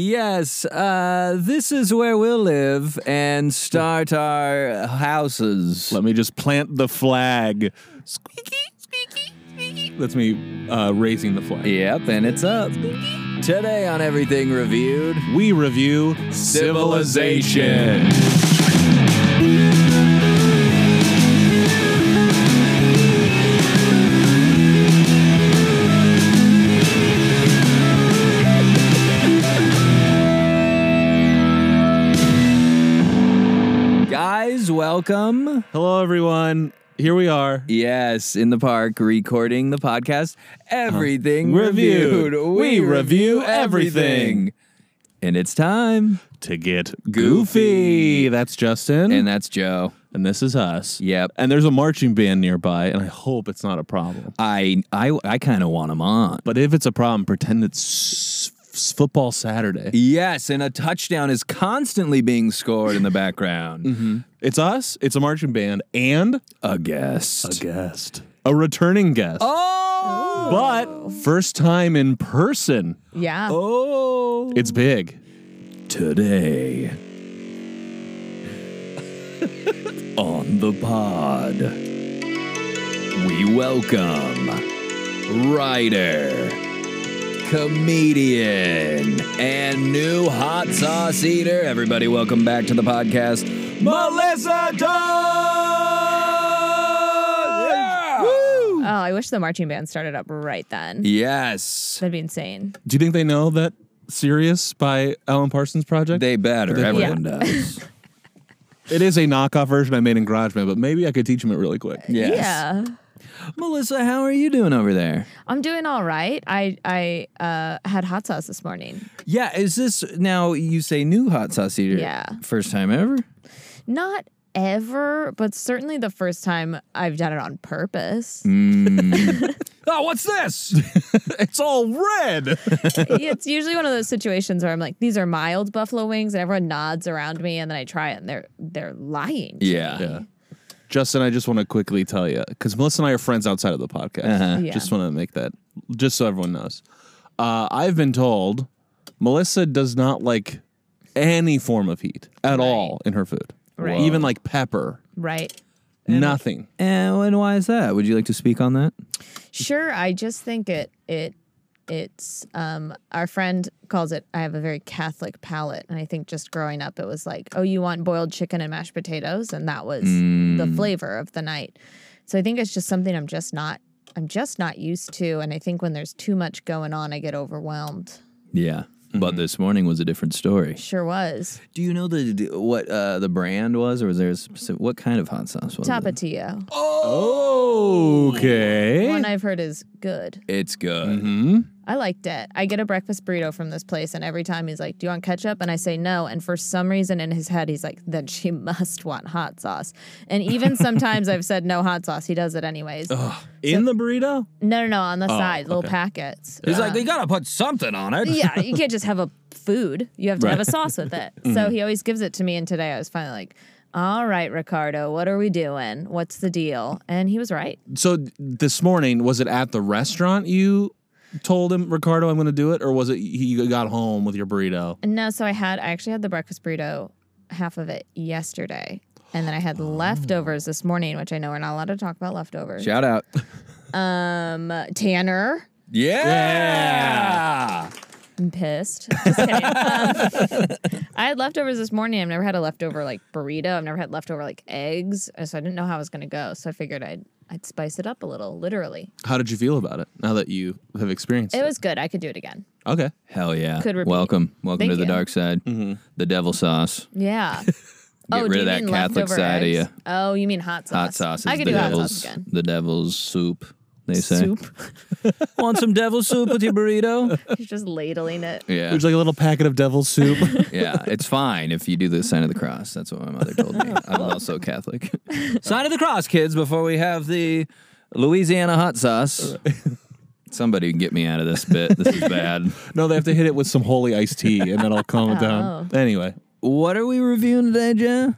Yes, uh, this is where we'll live and start our houses. Let me just plant the flag. Squeaky, squeaky, squeaky. That's me uh, raising the flag. Yep, and it's up. Today on Everything Reviewed. We review Civilization. Guys, welcome. Hello, everyone. Here we are. Yes, in the park, recording the podcast. Everything reviewed. Reviewed. We review everything. And it's time. To get goofy. Goofy. That's Justin. And that's Joe. and this is us. Yep. And there's a marching band nearby, and I hope it's not a problem. I I I kind of want him on. But if it's a problem, pretend it's s- s- football Saturday. Yes, and a touchdown is constantly being scored in the background. Mm-hmm. It's us, it's a marching band, and A guest. guest. A returning guest. Oh! But first time in person. Yeah. Oh! It's big. today on the pod. We welcome writer, comedian, and new hot sauce eater. Everybody, welcome back to the podcast, Melissa Dunn! Oh, I wish the marching band started up right then. Yes, That'd be insane. Do you think they know that Serious by Alan Parsons Project? they better. Yeah. Everyone does. it is a knockoff version I made in GarageBand, but maybe I could teach them it really quick. Yes. Yeah. Melissa, how are you doing over there? I'm doing all right. I I uh, had hot sauce this morning. Yeah, is this now you say new hot sauce eater? Yeah. First time ever? Not ever, but certainly the first time I've done it on purpose. Mm. Oh, what's this? It's all red. it's usually one of those situations where I'm like, these are mild buffalo wings, and everyone nods around me, and then I try it, and they're they're lying. to Yeah. me. Yeah. Justin, I just want to quickly tell you because Melissa and I are friends outside of the podcast. Uh-huh. Yeah. Just want to make that, just so everyone knows. Uh, I've been told Melissa does not like any form of heat at all in her food, Right. even like pepper, Right. nothing. And, and why is that? Would you like to speak on that? Sure, I just think it it it's um our friend calls it I have a very catholic palate and I think just growing up it was like, "Oh, you want boiled chicken and mashed potatoes?" and that was Mm, the flavor of the night. So I think it's just something I'm just not I'm just not used to and I think when there's too much going on I get overwhelmed. Yeah. But this morning was a different story. Sure was. Mm-hmm. Do you know the d- what uh, the brand was, or was there a specific, what kind of hot sauce was it? Tapatio. Okay. One I've heard is good. Oh. It's good. hmm I liked it. I get a breakfast burrito from this place, and every time he's like, Do you want ketchup? And I say no. And for some reason in his head, he's like, Then she must want hot sauce. And even sometimes I've said no hot sauce. He does it anyways. No, In the burrito? no, no, on the side, little okay. packets. He's Uh, like, they gotta put something on it. yeah, you can't just have a food. You have to have a Right. sauce with it. So he always gives it to me. And today I was finally like, All right, Ricardo, what are we doing? What's the deal? And he was right. So this morning, was it at the restaurant you told him, Ricardo, I'm going to do it? Or was it he got home with your burrito? No, so I had I actually had the breakfast burrito, half of it yesterday, and then I Oh. had leftovers this morning, which I know we're not allowed to talk about leftovers. Shout out. Um, Tanner, Yeah. I'm pissed. Just kidding. Um, I had leftovers this morning. I've never had a leftover like burrito. I've never had leftover like eggs, Uh, so I didn't know how I was gonna go. So I figured I'd I'd spice it up a little, literally. How did you feel about it now that you have experienced it? It was good. I could do it again. okay. Hell yeah. Could repeat. Welcome. Welcome Thank to the you. dark side. The devil sauce. Yeah. Oh, Get rid of that Catholic leftover side of eggs? you. Oh, you mean hot sauce? Hot sauce is I could the do hot devil's sauce again. the devil's soup. They say. Soup. Want some devil soup with your burrito? He's just ladling it. Yeah, Would you like a little packet of devil soup? yeah. It's fine if you do the sign of the cross. That's what my mother told me. I'm also Catholic. sign of the cross, kids. Before we have the Louisiana hot sauce. Somebody get me out of this bit. This is bad. no, they have to hit it with some holy iced tea and that'll calm it down. Anyway, what are we reviewing today, Jen?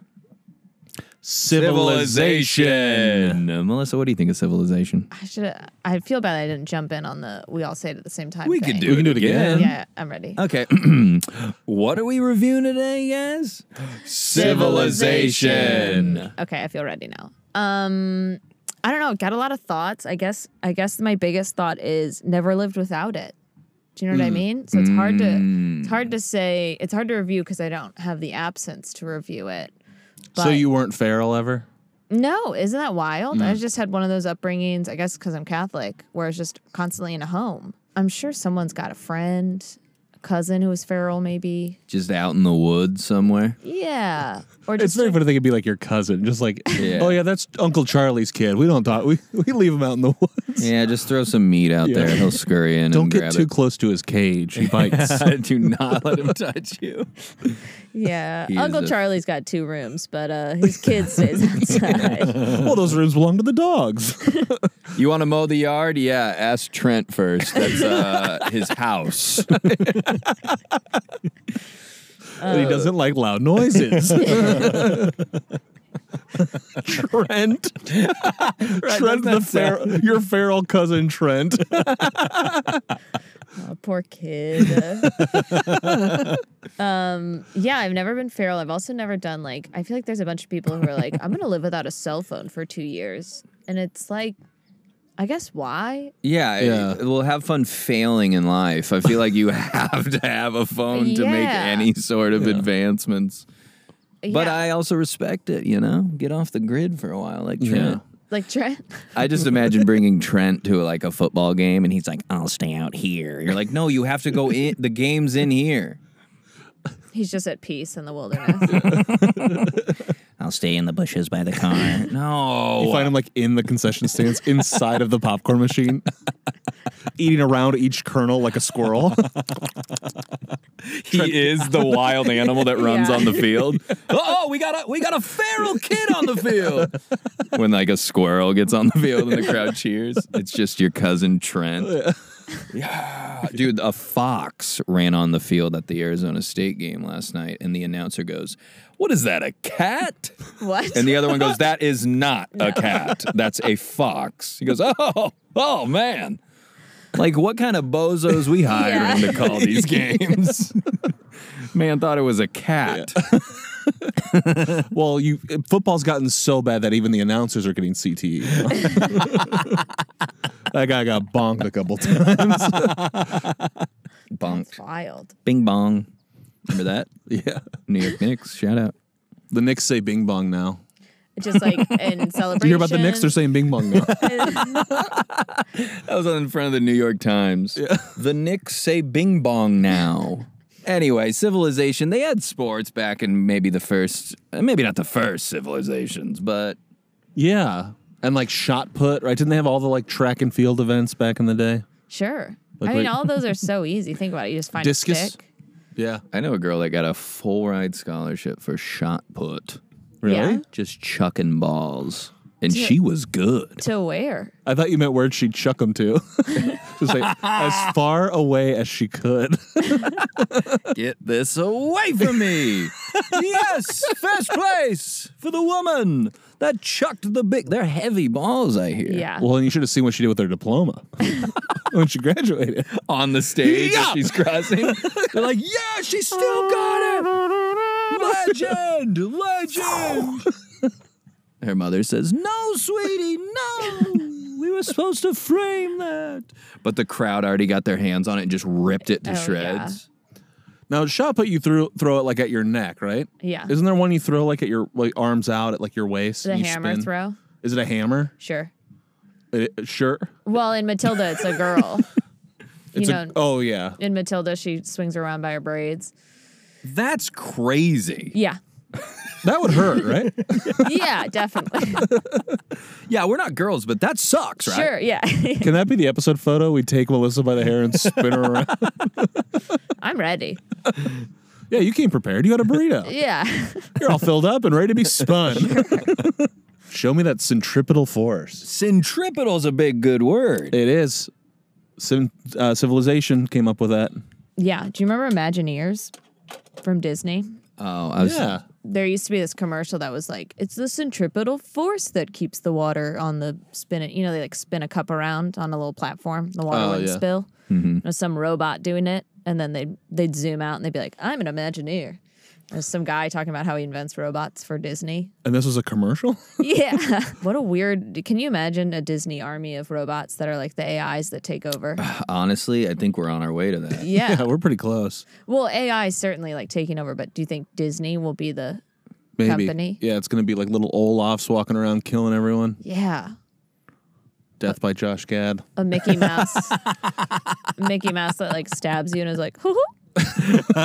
civilization. Uh, Melissa, what do you think of civilization? I should. I feel bad I didn't jump in on the. We all say it at the same time. We thing. can do it again. Yeah, I'm ready. Okay. what are we reviewing today, guys? Okay, I feel ready now. Um, I don't know. Got a lot of thoughts. I guess. I guess my biggest thought is never lived without it. Do you know what I Mm. mean? So it's hard to. It's hard to say. It's hard to review because I don't have the absence to review it. so But- you Mm. weren't feral ever? No, isn't that wild? I just had one of those upbringings, I guess because I'm Catholic, where it's just constantly in a home. I'm sure someone's got a friend, a cousin who was feral, maybe. Just out in the woods somewhere. Yeah. Or It's just very funny they could be like your cousin, just like, Yeah. oh yeah, that's Uncle Charlie's kid. We don't talk. We we leave him out in the woods. Yeah, just throw some meat out there. He'll scurry in Don't and get grab too it. close to his cage. He bites. Do not let him touch you. yeah. He is Uncle a- Charlie's got two rooms, but uh his kid stays outside. well, those rooms belong to the dogs. You want to mow the yard? Yeah, ask Trent first. That's uh, his house. and he doesn't like loud noises. Trent, Trent, the fer- your feral cousin Trent. Oh, poor kid. um, yeah, I've never been feral. I've also never done like I feel like there's a bunch of people who are like, I'm gonna live without a cell phone for two years. And it's like I guess why? Yeah, Yeah. yeah. Well, have fun failing in life. I feel like you have to have a phone to make Yeah. any sort of advancements. But Yeah. I also respect it, you know? Get off the grid for a while, like Trent. Yeah. like Trent. I just imagine bringing Trent to like a football game and he's like, I'll stay out here. You're like, no, you have to go in. The game's in here. He's just at peace in the wilderness. I'll stay in the bushes by the car. No. You find him like in the concession stands inside of the popcorn machine, eating around each kernel like a squirrel. he is the wild animal that runs Yeah. on the field. oh, we got a we got a feral kid on the field. when like a squirrel gets on the field and the crowd cheers, it's just your cousin Trent. Yeah. Dude, a fox ran on the field at the Arizona State game last night and the announcer goes, "What is that? A cat?" what? And the other one goes, "That is not a cat. That's a fox." He goes, "Oh, oh man." Like what kind of bozos we hiring Yeah. to call these games? man thought it was a cat. well, you football's gotten so bad that even the announcers are getting E. CTE. that guy got bonked a couple times. Bonk, It's wild. bing bong. Remember that? yeah, New York Knicks. Shout out. the Knicks say Bing Bong now. Just like in celebration. You hear about the Knicks? They're saying Bing Bong now. That was in front of the New York Times. The Knicks say bing bong now. Anyway, civilization, they had sports back in maybe the first, uh, maybe not the first civilizations, but yeah, and like shot put, right? Didn't they have all the like track and field events back in the day? Sure. Like, I mean, like- all those are so easy. Think about it. You just find a Discus? stick. Yeah, I know a girl that got a full ride scholarship for shot put, really. Yeah. just chucking balls. And she was good. To where? I thought you meant words she'd chuck them to, just like as far away as she could. Get this away from me. yes, first place for the woman that chucked the big. They're heavy balls, I hear. Yeah. Well, and you should have seen what she did with her diploma when she graduated. on the stage Yeah. as she's crossing. They're like, yeah, she still got it. Legend, legend. Her mother says, no, sweetie, no. We were supposed to frame that. But the crowd already got their hands on it and just ripped it to Oh, yeah. shreds. Now, shot put you through throw it like at your neck, right? yeah. Isn't there one you throw like at your like arms out at like your waist? The and you hammer spin? throw? Is it a hammer? Sure. It- it- sure. Well, in Matilda, it's a girl. you It's know, a, oh yeah. in Matilda, she swings around by her braids. That's crazy. Yeah. That would hurt, right? Yeah, definitely. Yeah, we're not girls, but that sucks, right? Sure. Yeah. Can that be the episode photo? We take Melissa by the hair and spin her around. I'm ready. yeah, you came prepared. You had a burrito. Yeah. You're all filled up and ready to be spun. Show me that centripetal force. Centripetal's a big good word. It is. Sim, uh, civilization came up with that. Yeah. Do you remember Imagineers from Disney? Oh, I was Yeah. there used to be this commercial that was like, it's the centripetal force that keeps the water on the spin. It, you know, they like spin a cup around on a little platform. The water Oh, wouldn't yeah. spill. It was some robot doing it, and then they would they'd zoom out and they'd be like, I'm an Imagineer. There's some guy talking about how he invents robots for Disney. And this was a commercial? Yeah. what a weird. Can you imagine a Disney army of robots that are like the AIs that take over? Honestly, I think we're on our way to that. Yeah. yeah, we're pretty close. Well, AI is certainly like taking over, but do you think Disney will be the. Maybe. Company. Yeah, it's going to be like little Olafs walking around killing everyone. Yeah. Death by Josh Gad. A Mickey Mouse. a Mickey Mouse that like stabs you and is like, hoo hoo.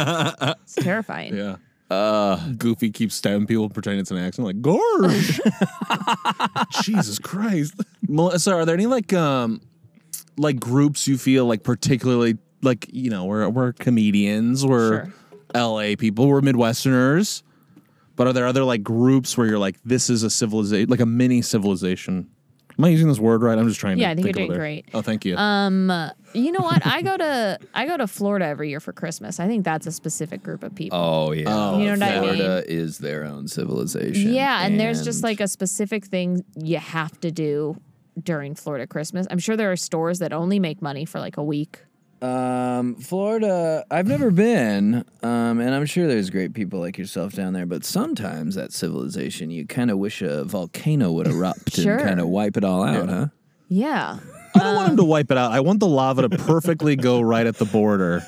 It's terrifying. Yeah. Uh, Goofy keeps stabbing people, pretending it's an accident. Like, gorge. Jesus Christ. Melissa, are there any like um like groups you feel like particularly like you know we're we're comedians, we're Sure. L.A. people, we're Midwesterners, but are there other like groups where you're like this is a civilization, like a mini civilization? Am I using this word right? I'm just trying. Yeah, to I think you're of doing other- great. Um, Oh, thank you. uh, You know what? I go to I go to Florida every year for Christmas. I think that's a specific group of people. Oh yeah, Oh, You know what I mean? Florida is their own civilization. Yeah, and, there's just like a specific thing you have to do during Florida Christmas. I'm sure there are stores that only make money for like a week. um, Florida. I've never been, um, and I'm sure there's great people like yourself down there. But sometimes that civilization, you kind of wish a volcano would erupt Sure. and kind of wipe it all out, huh? Yeah. I don't want him to wipe it out. I want the lava to perfectly go right at the border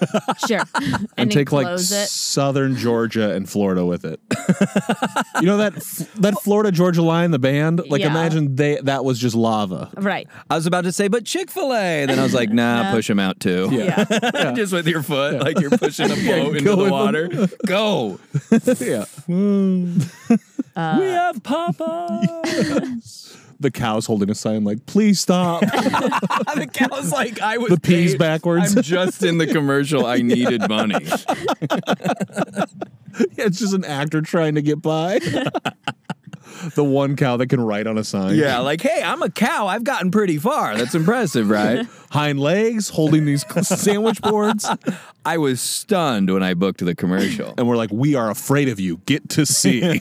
Sure. and, and take like enclose it. southern Georgia and Florida with it. you know that that Florida Georgia line, the band. Like Yeah. imagine they that was just lava. Right. I was about to say, but Chick Fil A. Then I was like, Nah, push them out too. Yeah. just with your foot, like you're pushing a boat into go with the 'em. water. Go. yeah, Uh, we have Papa. the cows holding a sign like "Please stop." the cow's like, I was The peas paid- backwards. I'm just in the commercial. I needed money. it's just an actor trying to get by. the one cow that can write on a sign. Yeah, like, hey, I'm a cow. I've gotten pretty far. That's impressive, right? hind legs holding these sandwich boards, I was stunned when I booked the commercial. and we're like, "We are afraid of you. Get to sea."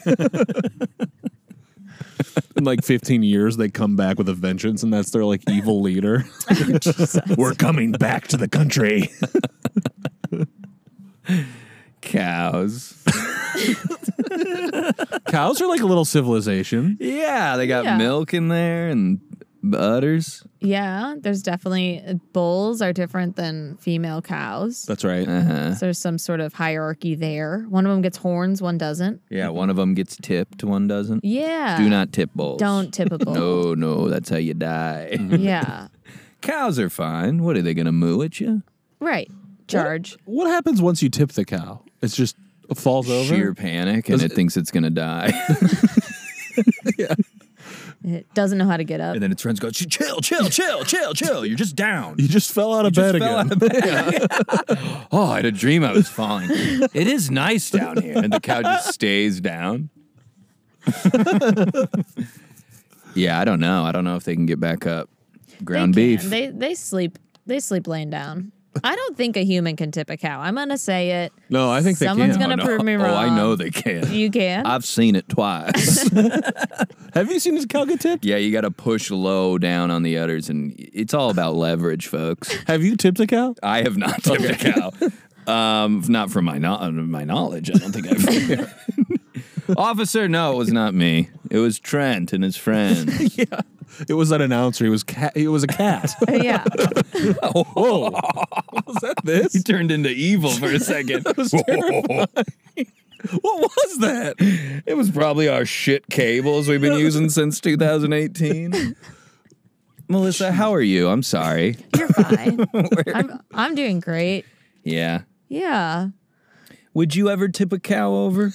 In like 15 years, they come back with a vengeance, and that's their like evil leader. We're coming back to the country. Cows. Cows are like a little civilization. Yeah, they got Yeah. milk in there and butters. Yeah. There's definitely uh, bulls are different than female cows. That's right. Uh-huh. So there's some sort of hierarchy there. One of them gets horns, one doesn't. Yeah, one of them gets tipped, one doesn't. Yeah. Do not tip bulls. Don't tip a bull. No, no, that's how you die. Yeah. Cows are fine. What are they gonna moo at you? Right. Charge. What happens once you tip the cow? It's just it falls over. Sheer panic, and Does it, it- thinks it's gonna die. It doesn't know how to get up. and then its friends go, "Chill, chill, chill, chill, chill. You're just down." You just fell out of bed just fell again. Oh, I had a dream I was falling. it is nice down here. And the cow just stays down. yeah, I don't know. I don't know if they can get back up. They Ground can. beef. They they sleep they sleep laying down. I don't think a human can tip a cow. I'm gonna say it. No, I think they Someone's can. gonna- prove me Oh, I wrong. know they can. You can. I've seen it twice. Have you seen this cow get tipped? yeah, you got to push low down on the udders, and it's all about leverage, folks. Have you tipped a cow? I have not tipped a cow. Um, not from my no- my knowledge. I don't think I've. Officer, no, it was not me. It was Trent and his friend. It was that announcer. He was cat. It was a cat. yeah. Whoa! was that this? he turned into evil for a second. What was that? it was probably our shit cables we've been using since 2018. Melissa, how are you? I'm sorry. You're fine. I'm I'm doing great. Yeah. Yeah. Would you ever tip a cow over?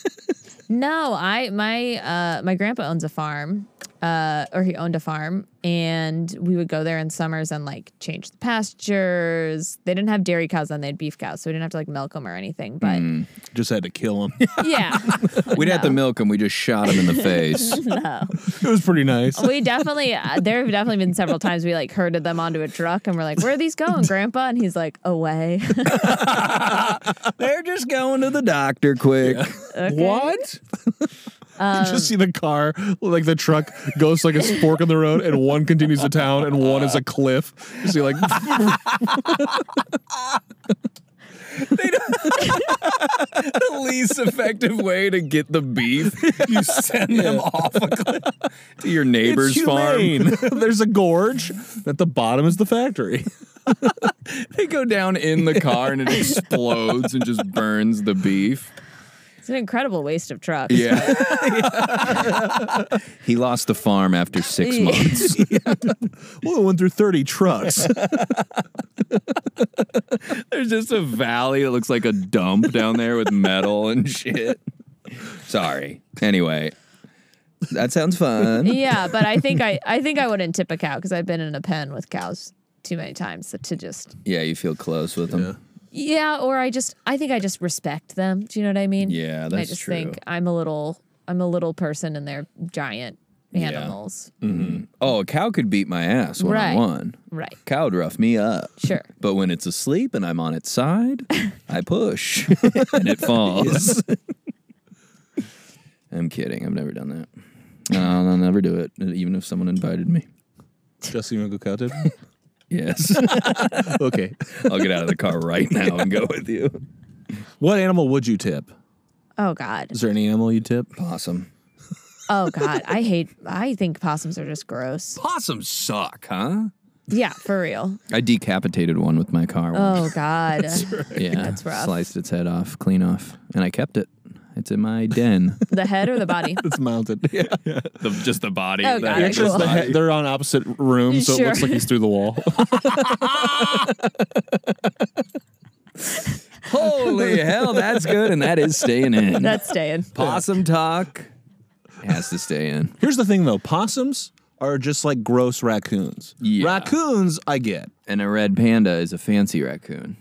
No, I my uh my grandpa owns a farm. Uh, or he owned a farm, and we would go there in summers and like change the pastures. They didn't have dairy cows, then they had beef cows, so we didn't have to like milk them or anything. But Just had to kill him. yeah, We'd have to milk him. We just shot him in the face. no, It was pretty nice. we definitely uh, there have definitely been several times we like herded them onto a truck and we're like, where are these going, Grandpa? And he's like, away. They're just going to the doctor quick. Okay. What? you just see the car, like the truck goes like a fork in the road, and one continues to town, and one is a cliff. You see, like, the least effective way to get the beef, you send them off a cliff to your neighbor's farm. There's a gorge. At the bottom is the factory. They go down in the car and it explodes and just burns the beef. It's an incredible waste of trucks. Yeah. he lost the farm after six Yeah. months. Well, it went through 30 trucks. There's just a valley that looks like a dump down there with metal and shit. Sorry. Anyway, that sounds fun. Yeah, but I think I, I think I wouldn't tip a cow because I've been in a pen with cows too many times to just Yeah, you feel close with them. yeah or I just I think I just respect them. Do you know what I mean? Yeah, And I that's just true. think I'm a little I'm a little person and they're giant Yeah. animals. Oh, a cow could beat my ass one Right. on one. Right. Cow would rough me up. Sure. But when it's asleep and I'm on its side, I push and it falls. I'm kidding. I've never done that. I'll, I'll never do it, even if someone invited me. Jesse, you want to go cow tip? Yes. Okay. I'll get out of the car right now and go with you. What animal would you tip? Oh God. Is there any animal you tip? Possum. Oh God. I hate. I think possums are just gross. Possums suck, huh? Yeah, for real. I decapitated one with my car once. Oh God. yeah. that's rough. Sliced its head off, clean off. And I kept it. It's in my den. the head or the body? It's mounted. Yeah. the, just the body. Oh, got it. Actually, it's the Body. he- they're on opposite rooms, so Sure. it looks like he's through the wall. Holy hell, that's good. And that is staying in. That's staying. Possum talk has to stay in. Here's the thing, though possums are just like gross raccoons. Yeah. Raccoons, I get. And a red panda is a fancy raccoon.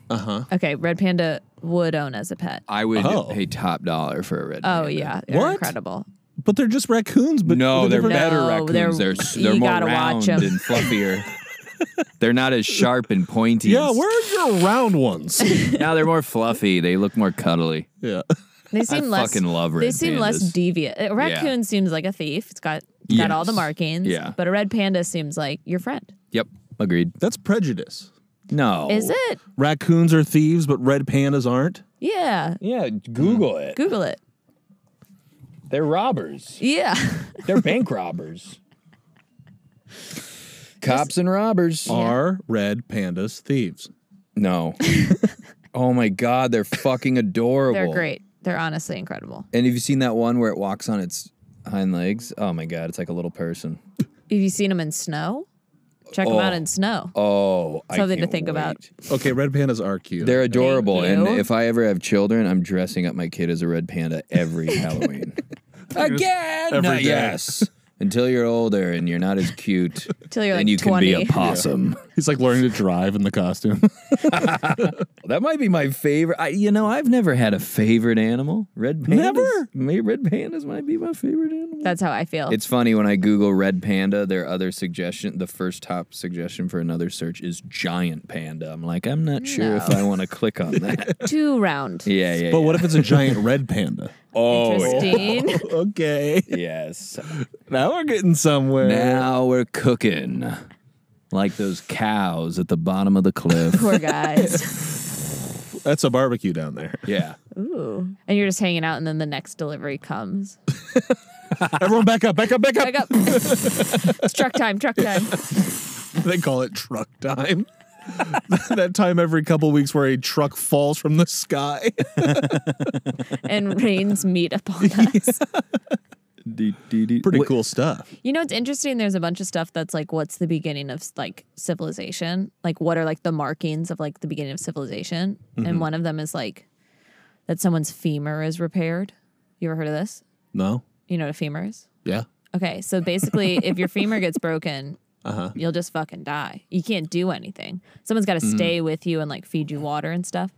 Okay, red panda would own as a pet. I would Oh. pay top dollar for a red Oh panda. yeah, they're What? incredible. But they're just raccoons. But No, with a they're different- better No, raccoons. They're they're- s- you they're, more gotta watch round 'em. and fluffier. they're not as sharp and pointy. Yeah, where are your round ones? now they're more fluffy. They look more cuddly. yeah. They seem less. fucking love They red seem less pandas. deviant. A raccoon seems like a thief. It's got it's got all the Yes. markings. Yeah. But a red panda seems like your friend. Yep, agreed. That's prejudice. No, Is it? Raccoons are thieves, but red pandas aren't. Yeah. Yeah, Google it. Google it. They're robbers. Yeah. They're bank robbers. Cops and robbers. Are red pandas thieves? No. oh my god, they're fucking adorable. They're great. They're honestly incredible. And have you seen that one where it walks on its hind legs? Oh my god, it's like a little person. Have you seen them in snow? Check them out Oh. in snow. Oh, I Something to can't think about. wait. Okay, red pandas are cute. They're adorable, and you. if I ever have children, I'm dressing up my kid as a red panda every Halloween. Again, Every Uh, day. yes. Until you're older and you're not as cute, Till you're then like you 20. can be a possum. He's like learning to drive in the costume. That might be my favorite. I, you know, I've never had a favorite animal. Red pandas. Never? Maybe red pandas might be my favorite animal. That's how I feel. It's funny when I Google red panda, their other suggestion, the first top suggestion for another search is giant panda. I'm like, I'm not sure if No. I want to click on that. too round. yeah, yeah. Oh, but what if it's a giant red panda? Interesting. okay. yes. Now we're getting somewhere. Now we're cooking like those cows at the bottom of the cliff. Poor guys. That's a barbecue down there. yeah. Ooh. And you're just hanging out, and then the next delivery comes. Everyone back up, back up, back up. Back up. it's truck time, truck time. They call it truck time. that time every couple weeks where a truck falls from the sky. And rains meet upon us. Pretty Wait, cool stuff. You know, it's interesting. There's a bunch of stuff that's like, what's the beginning of like civilization? Like, what are like the markings of like the beginning of civilization? Mm-hmm. And one of them is like that someone's femur is repaired. You ever heard of this? No? You know what a femur is? Yeah. Okay, so basically, if your femur gets broken, Uh-huh. you'll just fucking die. You can't do anything. Someone's got to Mm-hmm. stay with you and like feed you water and stuff.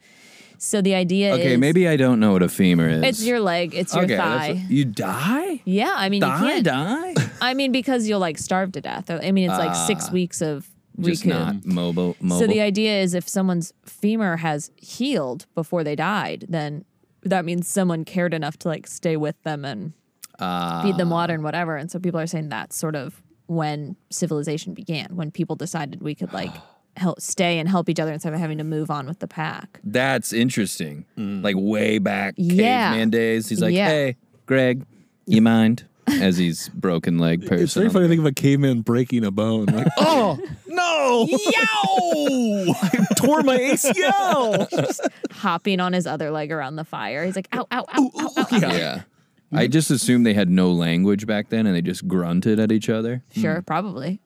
So the idea is, Okay, maybe I don't know what a femur is. it's your leg, it's your okay, that's- thigh. You die? yeah, I mean, you Die, can't. die? I mean, because you'll like starve to death. I mean, it's like six weeks of Ah, Just recoup. not mobile. mobile. So the idea is, if someone's femur has healed before they died, then that means someone cared enough to like stay with them and feed them water and whatever. And so people are saying that's sort of when civilization began, when people decided we could like help stay and help each other instead of having to move on with the pack. That's interesting. Mm. Like way back Yeah. caveman days. He's like, Yeah. hey, Greg, you mind? As he's broken leg person. It's very on funny to the- think of a caveman breaking a bone. Like, oh no! Yo! I tore my ACL. Hopping on his other leg around the fire. He's like, ow, ow, ow, ow, ow. Yeah. I just assumed they had no language back then and they just grunted at each other. Sure, probably.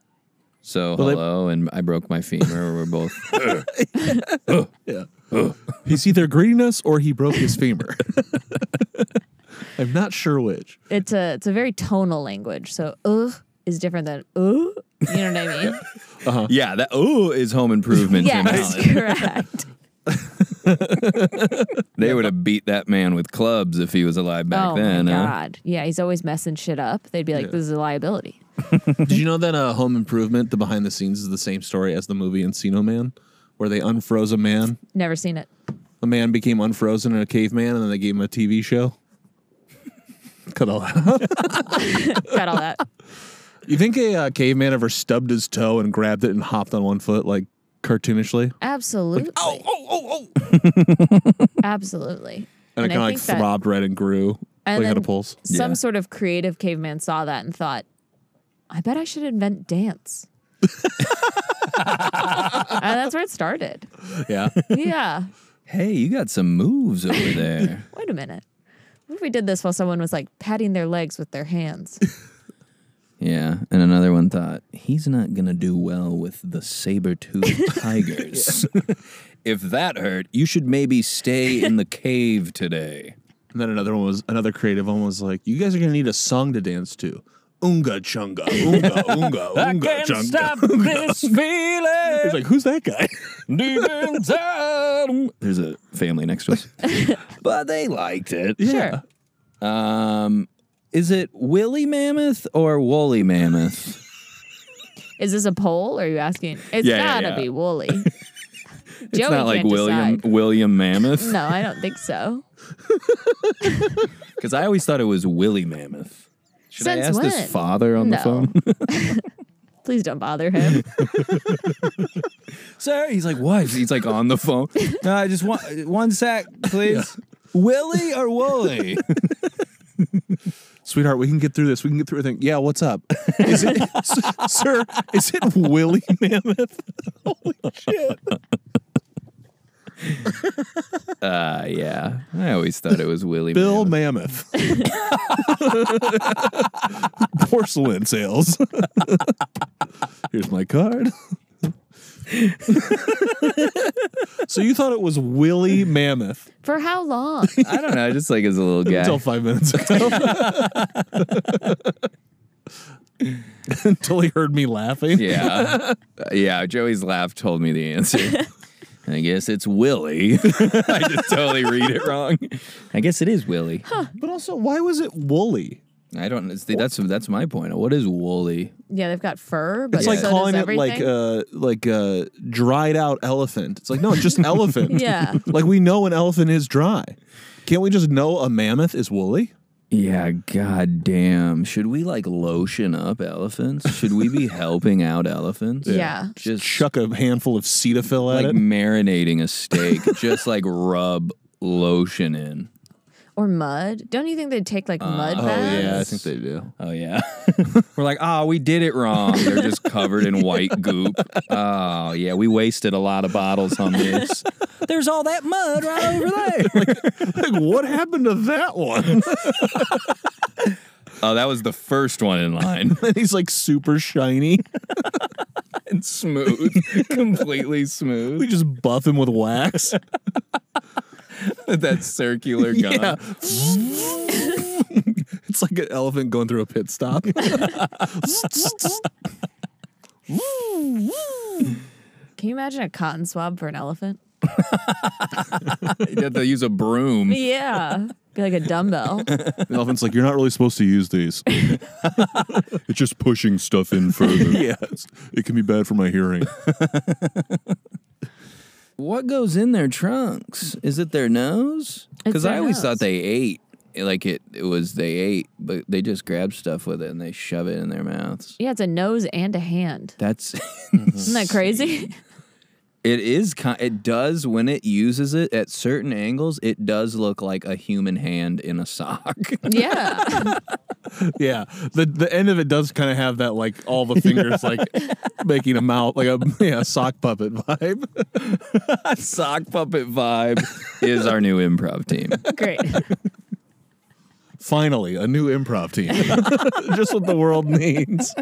So they- hello, and I broke my femur. We're both He's either greeting us or he broke his femur. I'm not sure which. It's a it's a very tonal language. So ugh is different than ooh. You know what I mean? yeah. That oh is home improvement. Tim yes, Allen. correct. they would have beat that man with clubs if he was alive back oh then. my huh? god. Yeah, he's always messing shit up. They'd be like, This is a liability. Did you know that uh, Home Improvement, the behind the scenes, is the same story as the movie Encino Man, where they unfroze a man? Never seen it. A man became unfrozen in a caveman, and then they gave him a TV show. Cut all that out. Got all that. You think a uh, caveman ever stubbed his toe and grabbed it and hopped on one foot like cartoonishly? Absolutely. Oh, oh, oh, oh! Absolutely. And, it kind of like that throbbed red and grew. And like had a then- pulse. some Yeah. sort of creative caveman saw that and thought, I bet I should invent dance. and that's where it started. Yeah. Yeah. Hey, you got some moves over there. Wait a minute. What if we did this while someone was like patting their legs with their hands? yeah, and another one thought he's not gonna do well with the saber toothed tigers. if that hurt, you should maybe stay in the cave today. and then another one was another creative one was like, "You guys are gonna need a song to dance to." Unga chunga, unga unga unga chunga. this feeling. It's like, who's that guy? deep inside. There's a family next to us, but they liked it. Sure. Um, is it Willy Mammoth or Woolly Mammoth? Is this a poll? Or are you asking? It's Yeah, yeah, gotta yeah. be woolly. Joey it's not like can't William decide. William Mammoth No, I don't think so. because I always thought it was Willy Mammoth. Should I Since ask when? this father on the No. phone? Please don't bother him. Sir, he's like, what? He's like on the phone. No, I just want one sec, please. Willy or Wooly? Sweetheart, we can get through this. We can get through everything. Yeah, what's up? Is it, s- sir? Is it Willie Mammoth? Holy shit! uh, yeah. I always thought it was Willy Bill Mammoth. Mammoth. Porcelain sales. Here's my card. so you thought it was Willie Mammoth For how long? I don't know. I just like as a little guy. until five minutes ago. until he heard me laughing. Yeah. Uh, yeah. Joey's laugh told me the answer. I guess it's Willie. I just totally read it wrong. I guess it is Willie. But also, why was it woolly? I don't. It's that's that's my point. What is Wooly? Yeah, they've got fur, but It's so like does calling it everything. like uh like uh dried out elephant. It's like no, it's just elephant. Yeah. Like we know an elephant is dry. Can't we just know a mammoth is woolly? Yeah, god damn. Should we like lotion up elephants? Should we be helping out elephants? Yeah. Just Chuck a handful of Cetaphil like at it. marinating a steak. just like rub lotion in. Or mud. Don't you think they'd take like Uh, mud Oh, baths? they do. Oh yeah. We're like, oh, we did it wrong. They're just covered in white goop. Oh yeah, we wasted a lot of bottles on this. There's all that mud right over there. Like what happened to that one? oh, that was the first one in line. and he's like super shiny. and smooth. Completely smooth. We just buff him with wax. that circular gun. Yeah. it's like an elephant going through a pit stop. Can you imagine a cotton swab for an elephant? You have to use a broom. Yeah. Be like a dumbbell. The elephant's like, you're not really supposed to use these. It's just pushing stuff in further. yes. It can be bad for my hearing. What goes in their trunks? Is it their nose? It's Because I their always nose. thought they ate. Like it, it was they ate, but they just grab stuff with it and they shove it in their mouths. Yeah, it's a nose and a hand. That's Isn't that crazy? it is ki it does when it uses it at certain angles. It does look like a human hand in a sock. yeah. Yeah, the the end of it does kind of have that like all the fingers like making a mouth like a yeah, sock puppet vibe. sock puppet vibe is our new improv team. Great. Finally, a new improv team. Just what the world needs.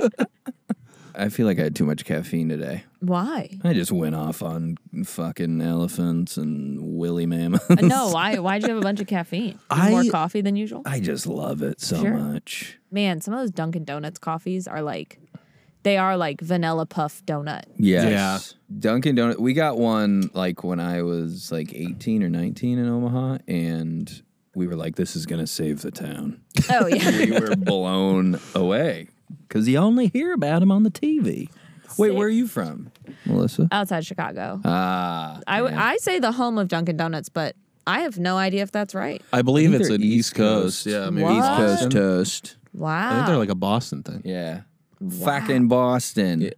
I feel like I had too much caffeine today. Why? I just went off on fucking elephants and willy mammoths. Uh, No, why why'd you have a bunch of caffeine? I- More coffee than usual? I just love it so Sure. much. Man, some of those Dunkin' Donuts coffees are like they are like vanilla puff donut. Yes. Dunkin' Donut. We got one like when I was like 18 or 19 in Omaha, and we were like, this is going to save the town. Oh yeah. We were blown away because you only hear about them on the TV. Wait, where are you from, Melissa? Outside Chicago. Ah, I, w- I say the home of Dunkin' Donuts, but I have no idea if that's right. I believe it's they're an East Coast. Yeah, maybe What? East Coast Boston. toast. Wow. I think they're like a Boston thing. Yeah. Fucking Boston.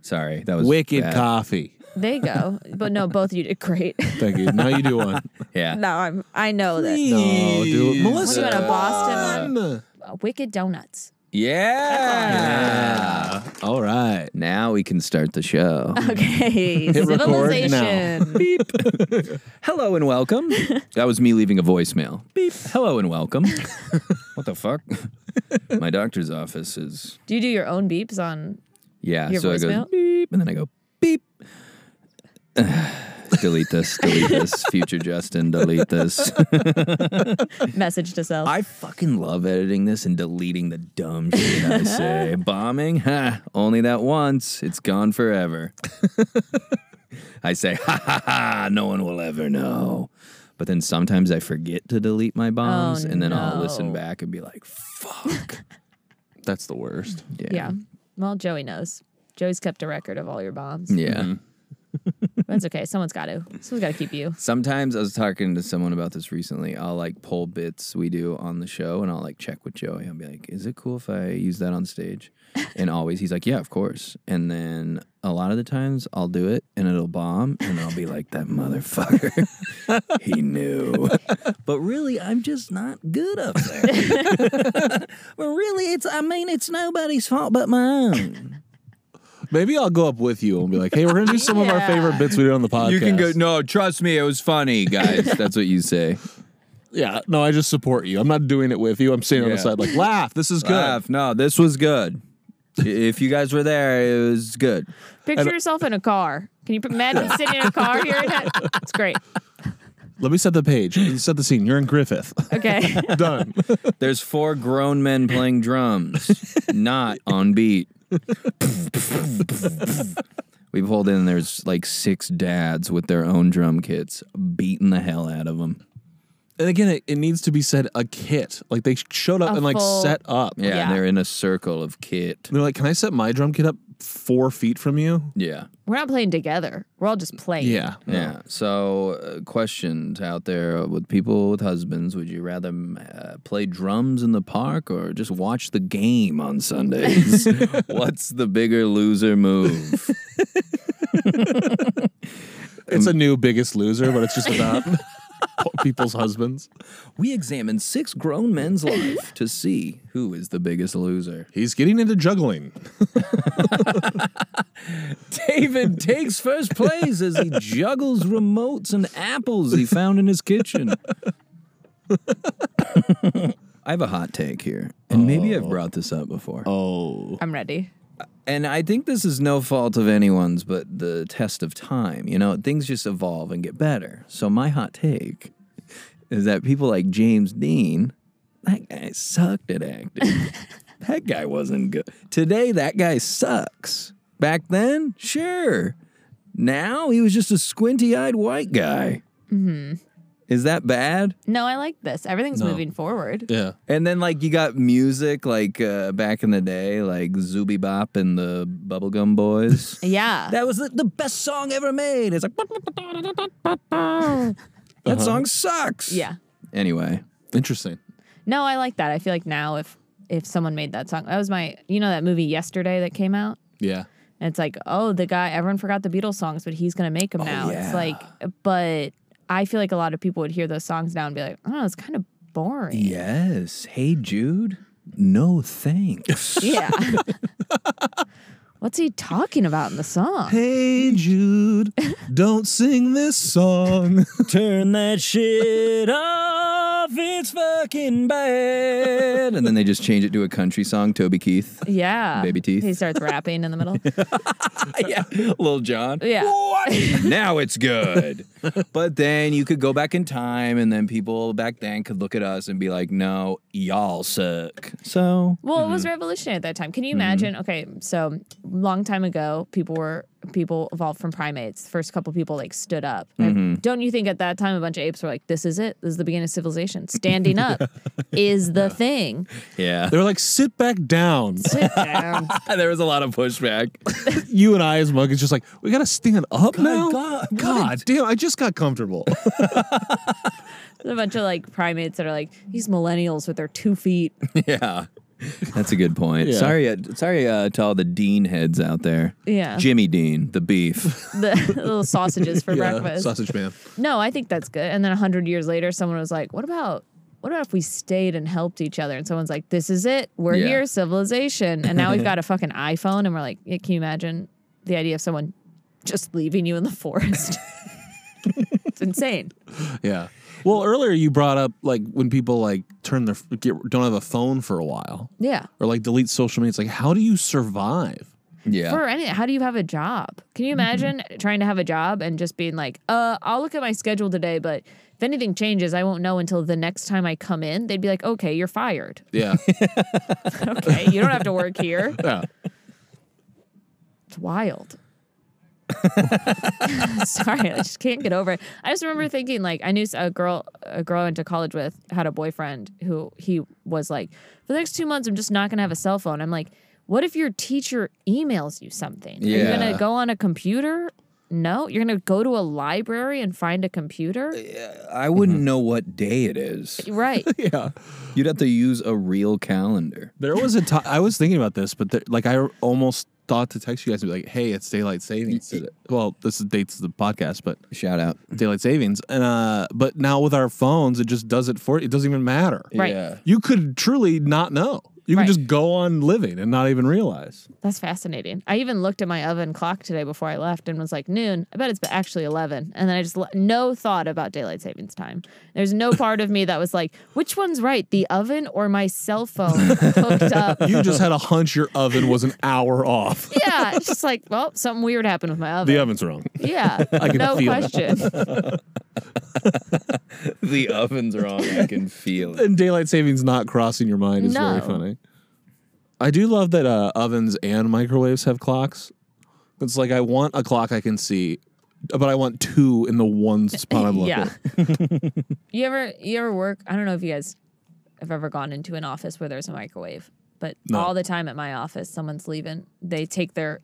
Sorry, that was Wicked bad. coffee. They go. But no, both of you did great. Thank you. Now you do one. Yeah. no, I'm I know that. No, Oh, do it. We're doing Melissa. a Boston one. one. Uh, Wicked Donuts. Yeah. All right. Now we can start the show. Okay. record Civilization. Hello and welcome. that was me leaving a voicemail. Beep. Hello and welcome. what the fuck? My doctor's office is Do you do your own beeps on yeah. Your so I go voicemail? beep, and then I go beep. delete this. Delete this. Future Justin. Delete this. message to self? I fucking love editing this and deleting the dumb shit I say. Bombing? Ha, only that once. It's gone forever. I say, ha ha ha, no one will ever know. But then sometimes I forget to delete my bombs and then I'll listen Oh, no. back and be like, fuck. That's the worst. yeah. Well, Joey knows. Joey's kept a record of all your bombs. Yeah. That's okay. Someone's got to. Someone's got to keep you. Sometimes I was talking to someone about this recently. I'll like pull bits we do on the show and I'll like check with Joey. I'll be like, is it cool if I use that on stage? And always he's like, yeah, of course. And then a lot of the times I'll do it and it'll bomb and I'll be like, that motherfucker, he knew. but really, I'm just not good up there. but really, it's, I mean, it's nobody's fault but my own. Maybe I'll go up with you and be like, hey, we're going to do some of our favorite bits we did on the podcast. no, trust me, it was funny, guys. That's what you say. Yeah, no, I just support you. I'm not doing it with you. I'm sitting on the Yeah. side like, laugh. This is good. Laugh. No, this was good. I- if you guys were there, it was good. Picture yourself in a car. Can you imagine sitting in a car here? It's great. Let me set the page. Set the scene. You're in Griffith. Okay. Done. There's four grown men playing drums, not on beat. we pulled in. There's like six dads with their own drum kits, beating the hell out of them. and again, it, it needs to be said a kit. Like they showed up A and like full- set up. Yeah, Yeah. And they're in a circle of kit. They're like, can I set my drum kit up four feet from you? Yeah, We're not playing together. We're all just playing. Yeah. yeah. So, uh, questions out there with people with husbands: Would you rather mm, uh, play drums in the park or just watch the game on Sundays? What's the bigger loser move? It's a new Biggest Loser, but it's just about people's husbands. We examine six grown men's life to see who is the biggest loser. He's getting into juggling. David takes first place as he juggles remotes and apples he found in his kitchen. I have a hot take here, and maybe I've brought this up before. Oh, I'm ready. And I think this is no fault of anyone's but the test of time. You know, things just evolve and get better. So my hot take is that people like James Dean, that guy sucked at acting. that guy wasn't good. Today that guy sucks. Back then, sure. Now he was just a squinty-eyed white guy. Is that bad? No, I like this. Everything's No. moving forward. Yeah. And then like you got music like uh, back in the day, like Zooby Bop and the Bubblegum Boys. Yeah. that was the, the best song ever made. It's like that song sucks. yeah. Anyway, Interesting. No, I like that. I feel like now if if someone made that song, that was my you know that movie yesterday that came out. Yeah. And it's like, oh, the guy, everyone forgot the Beatles songs, but he's gonna make Oh, them now. yeah. It's like, but I feel like a lot of people would hear those songs now and be like, oh, it's kind of boring. yes. Hey Jude. No thanks. Yeah. What's he talking about in the song? Hey Jude, don't sing this song. Turn that shit off. It's fucking bad. And then they just change it to a country song. Toby Keith. Yeah. Baby teeth. He starts rapping in the middle. yeah, Lil John. Yeah. What? now it's good. but then you could go back in time, and then people back then could look at us and be like, "No, y'all suck." So Well, it was revolutionary at that time. Can you imagine? Okay, so long time ago, people were people evolved from primates. The first couple people like stood up. And Don't you think at that time a bunch of apes were like, "This is it. This is the beginning of civilization. Standing up is the thing." yeah, They're like, sit back down. Sit down. there was a lot of pushback. you and I as monkeys just like, we gotta stand up now. God, God damn, I just got comfortable. There's a bunch of like primates that are like these millennials with their two feet. yeah, that's a good point. Yeah. Sorry, uh, sorry uh, to all the Dean heads out there. Yeah, Jimmy Dean, the beef. the little sausages for breakfast. Sausage man. No, I think that's good. And then hundred years later, someone was like, "What about what about if we stayed and helped each other?" And someone's like, "This is it. We're Yeah. here, civilization." And now we've got a fucking iPhone, and we're like, yeah, "Can you imagine the idea of someone just leaving you in the forest?" it's insane. Yeah. Well, earlier you brought up like when people like turn their get, don't have a phone for a while Yeah. or like delete social media. It's like, how do you survive? Yeah, Mm-hmm. For any, how do you have a job? Can you imagine trying to have a job and just being like, "Uh, I'll look at my schedule today, but if anything changes, I won't know until the next time I come in." They'd be like, "Okay, you're fired. Yeah. Okay, you don't have to work here." yeah. It's wild. Sorry, I just can't get over it. I just remember thinking, like, I knew a girl, a girl I went to college with had a boyfriend who he was like, for the next two months, I'm just not gonna have a cell phone. I'm like, what if your teacher emails you something? Are you Yeah. gonna go on a computer? No, you're gonna go to a library and find a computer. Eh. I wouldn't know what day it is. Right. Yeah. You'd have to use a real calendar. There was a time I was thinking about this, but there, like I almost thought to text you guys and be like, "Hey, it's daylight savings." today." Well, this is dates of the podcast, but Shout out. daylight savings, and uh, but now with our phones, it just does it for it. Doesn't even matter. Right. Yeah. You could truly not know. You Right. can just go on living and not even realize. That's fascinating. I even looked at my oven clock today before I left and was like, noon. I bet it's actually 11. And then I just, le- no thought about daylight savings time. There's no part of me that was like, which one's right, the oven or my cell phone hooked up? You just had a hunch your oven was an hour off. Yeah. It's just like, well, something weird happened with my oven. The oven's wrong. yeah. can no feel it. question. The oven's wrong. I can feel it. And daylight savings not crossing your mind is very No. funny. I do love that uh, ovens and microwaves have clocks. It's like I want a clock I can see, but I want two in the one spot I'm looking. yeah. you ever you ever work? I don't know if you guys have ever gone into an office where there's a microwave, but No. all the time at my office, someone's leaving. They take their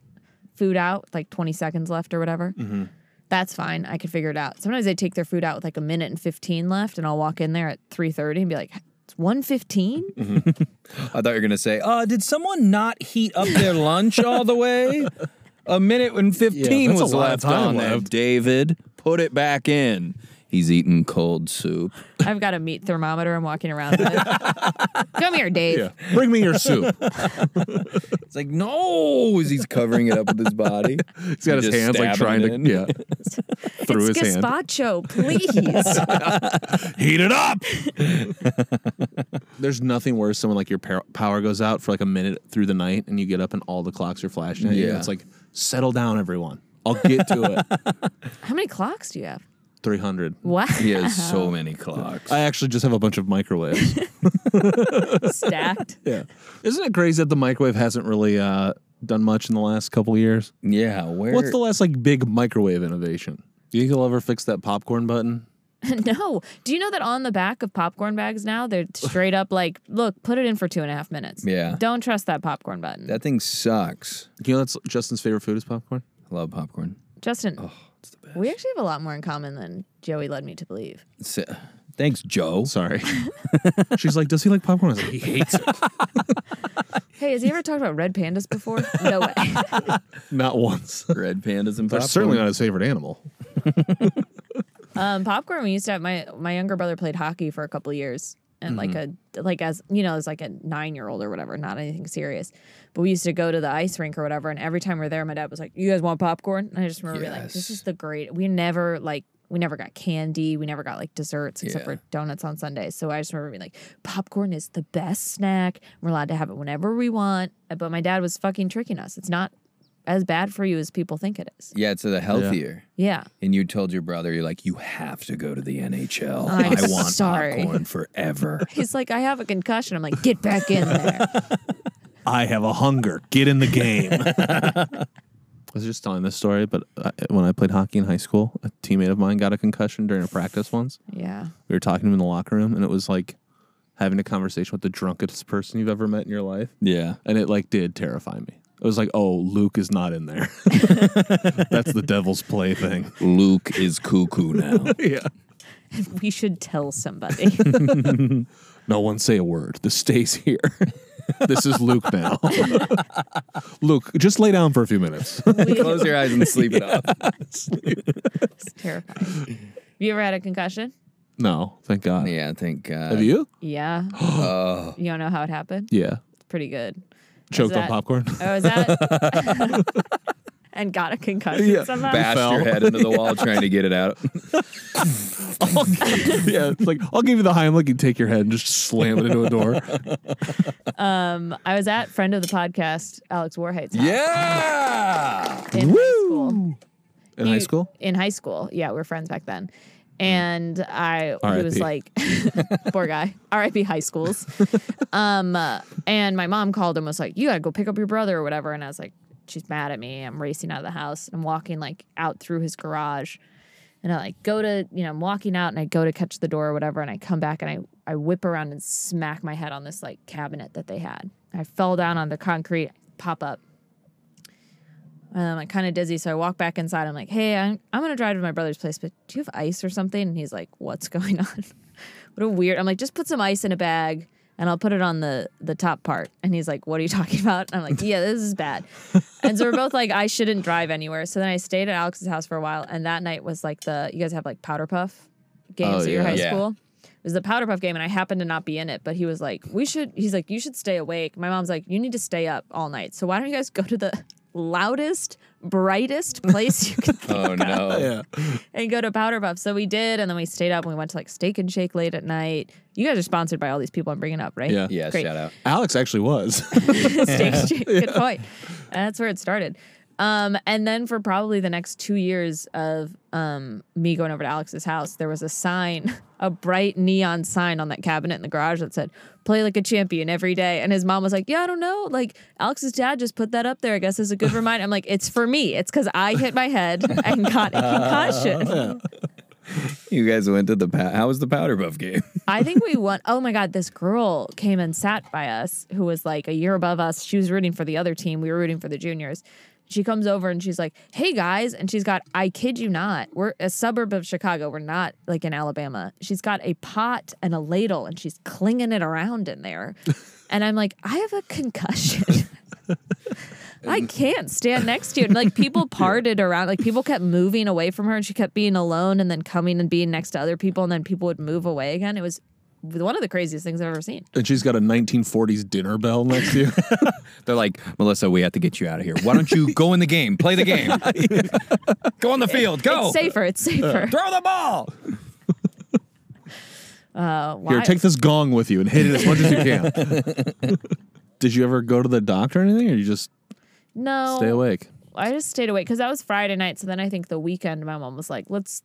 food out with, like 20 seconds left or whatever. Mm-hmm. That's fine. I can figure it out. Sometimes they take their food out with like a minute and 15 left, and I'll walk in there at 3:30 and be like, "It's 1:15." I thought you were gonna say, "Uh, did someone not heat up their lunch all the way?" A minute and fifteen Yeah, that's was a lot of left time on there. left. David, put it back in. He's eating cold soup. I've got a meat thermometer. I'm walking around. With. Come here, Dave. Yeah. Bring me your soup. It's like no, as he's covering it up with his body. He's got his Just hands like stabbing trying it to in. yeah, through his it's hand. gazpacho, please. Heat it up. There's nothing worse than when like your par- power goes out for like a minute through the night and you get up and all the clocks are flashing at you. Yeah. It's like settle down, everyone. I'll get to it. How many clocks do you have? Three hundred. What? He has so many clocks. I actually just have a bunch of microwaves. Stacked. yeah. Isn't it crazy that the microwave hasn't really uh, done much in the last couple of years? yeah, where? What's the last like big microwave innovation? Do you think they'll ever fix that popcorn button? no. Do you know that on the back of popcorn bags now, they're straight up like, look, put it in for two and a half minutes. Yeah. Don't trust that popcorn button. That thing sucks. You know that's Justin's favorite food is popcorn. I love popcorn. Justin, Oh, It's the we actually have a lot more in common than Joey led me to believe. best. S- Thanks, Joe. Sorry. She's like, does he like popcorn? I was like, he hates it. Hey, has he ever talked about red pandas before? No way. Not once. Red pandas and They're popcorn. certainly not his favorite animal. um, popcorn. We used to have my my younger brother played hockey for a couple years, and like Mm-hmm. a like as you know as like a nine year old or whatever, not anything serious. But we used to go to the ice rink or whatever, and every time we were there, my dad was like, "You guys want popcorn?" And I just remember being like, "This Yes. is the great." We never like. We never got candy. We never got like desserts except Yeah. for donuts on Sundays. So I just remember being like, popcorn is the best snack. We're allowed to have it whenever we want. But my dad was fucking tricking us. It's not as bad for you as people think it is. Yeah, it's the healthier. Yeah. And you told your brother, you're like, you have to go to the NHL. I'm I want sorry." popcorn forever. He's like, I have a concussion. I'm like, get back in there. I have a hunger. Get in the game. I was just telling this story, but I, when I played hockey in high school, a teammate of mine got a concussion during a practice once. yeah. We were talking to him in the locker room, and it was like having a conversation with the drunkest person you've ever met in your life. yeah. And it like did terrify me. It was like, oh, Luke is not in there. That's the devil's plaything. Luke is cuckoo now. Yeah. We should tell somebody. No one say a word. This stays here. this is Luke now. Luke, just lay down for a few minutes. Close your eyes and sleep it off. it's terrifying. Have you ever had a concussion? no, thank God. Yeah, I think. Uh, Have you? Yeah. Oh, You don't know how it happened? Yeah. It's pretty good. Choked on that- popcorn. Oh, is that? and got a concussion Yeah. somehow? bash your fell. head into the wall trying to get it out. yeah, it's like I'll give you the high. I'm like you take your head and just slam it into a door. Um, I was at friend of the podcast, Alex Warhate's house yeah. in high school. In You- high school, Mm. In high school, yeah, we were friends back then. And I, he R.I.P.. was like, poor guy, R.I.P. high schools. um, uh, and my mom called and was like, you gotta go pick up your brother or whatever. And I was like, she's mad at me. I'm racing out of the house. I'm walking like out through his garage, and I like go to you know I'm walking out and I go to catch the door or whatever, and I come back and I I whip around and smack my head on this like cabinet that they had. I fell down on the concrete, pop up. Um, I'm kind of dizzy, so I walk back inside. I'm like, "Hey, I'm, I'm gonna drive to my brother's place, but do you have ice or something?" And he's like, "What's going on?" what a weird. I'm like, "Just put some ice in a bag, and I'll put it on the the top part." And he's like, "What are you talking about?" And I'm like, "Yeah, this is bad." and so we're both like, "I shouldn't drive anywhere." So then I stayed at Alex's house for a while, and that night was like the you guys have like powder puff games Oh, at your yeah. high Yeah. school. It was the powder puff game, and I happened to not be in it. But he was like, "We should." He's like, "You should stay awake." My mom's like, "You need to stay up all night." So why don't you guys go to the loudest, brightest place you can Oh no. yeah, and go to powder puff? So we did, and then we stayed up. and We went to like Steak and Shake late at night. You guys are sponsored by all these people I'm bringing up, right? Yeah. Yeah, Great. shout out. Alex actually was. Steak and Shake. Good point. And that's where it started. Um, and then for probably the next two years of um, me going over to Alex's house, there was a sign, a bright neon sign on that cabinet in the garage that said, play like a champion every day. And his mom was like, yeah, I don't know. Like Alex's dad just put that up there. I guess as a good reminder. I'm like, it's for me. It's because I hit my head and got a concussion. You guys went to the pow- how was the powder puff game? I think we won. Oh my God, this girl came and sat by us who was like a year above us. She was rooting for the other team. We were rooting for the juniors. She comes over and she's like, hey guys. And she's got, I kid you not, we're a suburb of Chicago. We're not like in Alabama. She's got a pot and a ladle and she's clinging it around in there. And I'm like, I have a concussion. I can't stand next to you. And like people parted around, like people kept moving away from her and she kept being alone and then coming and being next to other people and then people would move away again. It was one of the craziest things I've ever seen. and she's got a 1940s dinner bell next to you. They're like, Melissa, we have to get you out of here. Why don't you go in the game? Play the game. go on the field. Go. Oh. It's safer. It's safer. Throw the ball. Uh, why? Here, take this gong with you and hit it as much as you can. Did you ever go to the doctor or anything, or you just no, stay awake? I just stayed awake because that was Friday night. So then I think the weekend, my mom was like, let's,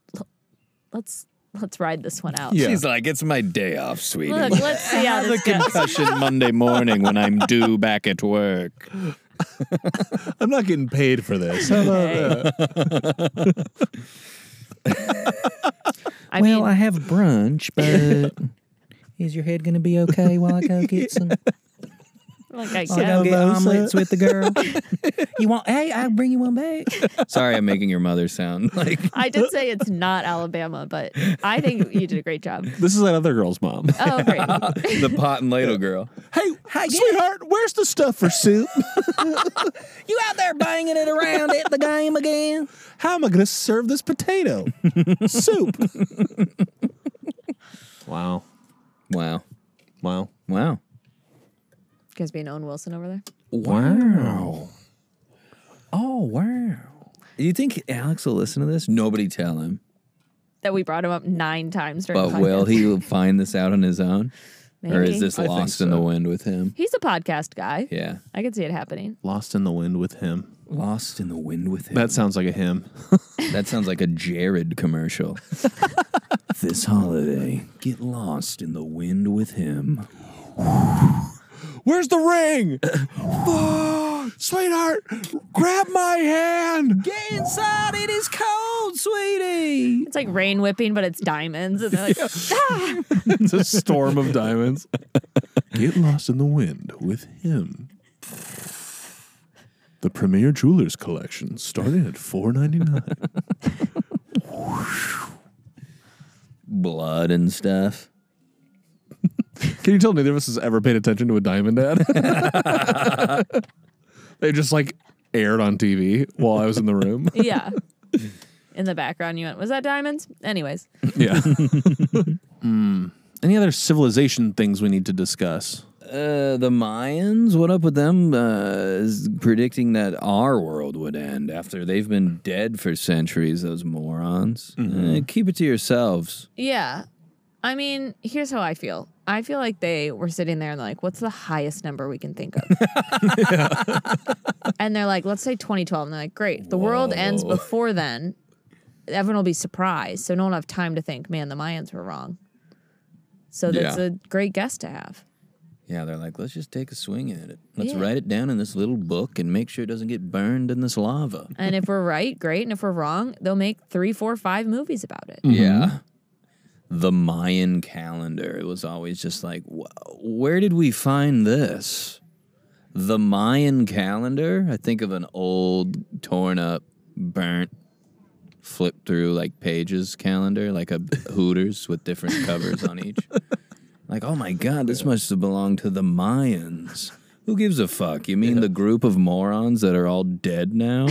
let's, let's ride this one out. Yeah. She's like, it's my day off, sweetie. Look, let's see how this goes. concussion Monday morning when I'm due back at work. I'm not getting paid for this. How about that? I well, mean, I have brunch, but is your head going to be okay while I go get some? Like I I'll guess. go get Mimosa. omelets with the girl. you want? Hey, I'll bring you one back. Sorry, I'm making your mother sound like I did say it's not Alabama, but I think you did a great job. This is that other girl's mom. Oh, great. the pot and ladle girl. Hey, sweetheart, where's the stuff for soup? You out there banging it around at the game again? How am I going to serve this potato? soup. wow. Wow! Wow. Wow! You guys being Owen Wilson over there? Wow! Oh wow! Do you think Alex will listen to this? Nobody tell him. That we brought him up nine times during But the podcast. will he find this out on his own, Maybe. or is this I think lost in the so. wind with him? He's a podcast guy. Yeah, I could see it happening. Lost in the wind with him. lost in the wind with him. That sounds like a hymn. That sounds like a Jared commercial. this holiday, get lost in the wind with him. Where's the ring? sweetheart, grab my hand. Get inside, it is cold, sweetie. It's like rain whipping, but it's diamonds. And they're like, It's a storm of diamonds. Get lost in the wind with him. The Premier Jewelers collection starting at four ninety nine. Blood and stuff. Can you tell neither of us has ever paid attention to a diamond ad? they just like aired on TV while I was in the room. yeah. In the background, you went, was that diamonds? Anyways, Yeah. Hmm. Any other civilization things we need to discuss? Uh, the Mayans, what up with them? Uh, is predicting that our world would end after they've been dead for centuries, those morons. Uh, keep it to yourselves. yeah. I mean, here's how I feel. I feel like they were sitting there and like, what's the highest number we can think of? and they're like, let's say 2012. And they're like, great. The world ends before then. Everyone will be surprised. So no one will have time to think, man, the Mayans were wrong. So that's Yeah. a great guess to have. Yeah, they're like, let's just take a swing at it. Let's Yeah. write it down in this little book and make sure it doesn't get burned in this lava. And if we're right, great. And if we're wrong, they'll make three, four, five movies about it. Yeah. Mm-hmm. The Mayan calendar. It was always just like, "Wh- where did we find this? The Mayan calendar? I think of an old, torn up, burnt, flip through like pages calendar, like a Hooters with different covers on each. Like, oh my God, this must have belonged to the Mayans. Who gives a fuck? You mean the group of morons that are all dead now?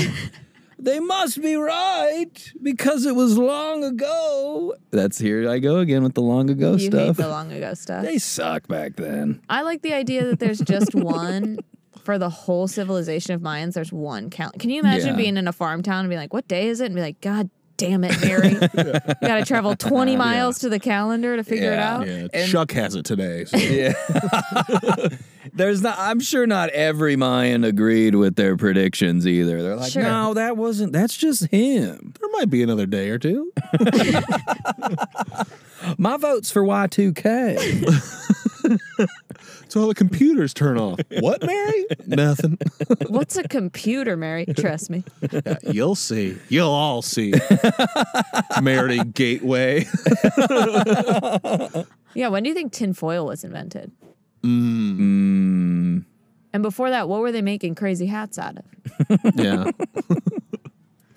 They must be right because it was long ago. That's here I go again with the long ago you hate stuff. the long ago stuff. they suck back then. I like the idea that there's just one for the whole civilization of Mayans. There's one count. Can you imagine Yeah. being in a farm town and being like, "What day is it?" and be like, "God damn it, Mary! You got to travel 20 miles to the calendar to figure Yeah. it out." Yeah, Chuck has it today. so- Yeah. There's not I'm sure not every Mayan agreed with their predictions either. They're like, Sure. no, that wasn't that's just him. there might be another day or two. My vote's for Y2K. So all the computers turn off. What, Mary? Nothing. What's a computer, Mary? Trust me. Yeah, Uh, you'll see. You'll all see. Mary Gateway. Yeah. When do you think tinfoil was invented? mm, And before that, what were they making crazy hats out of? Yeah.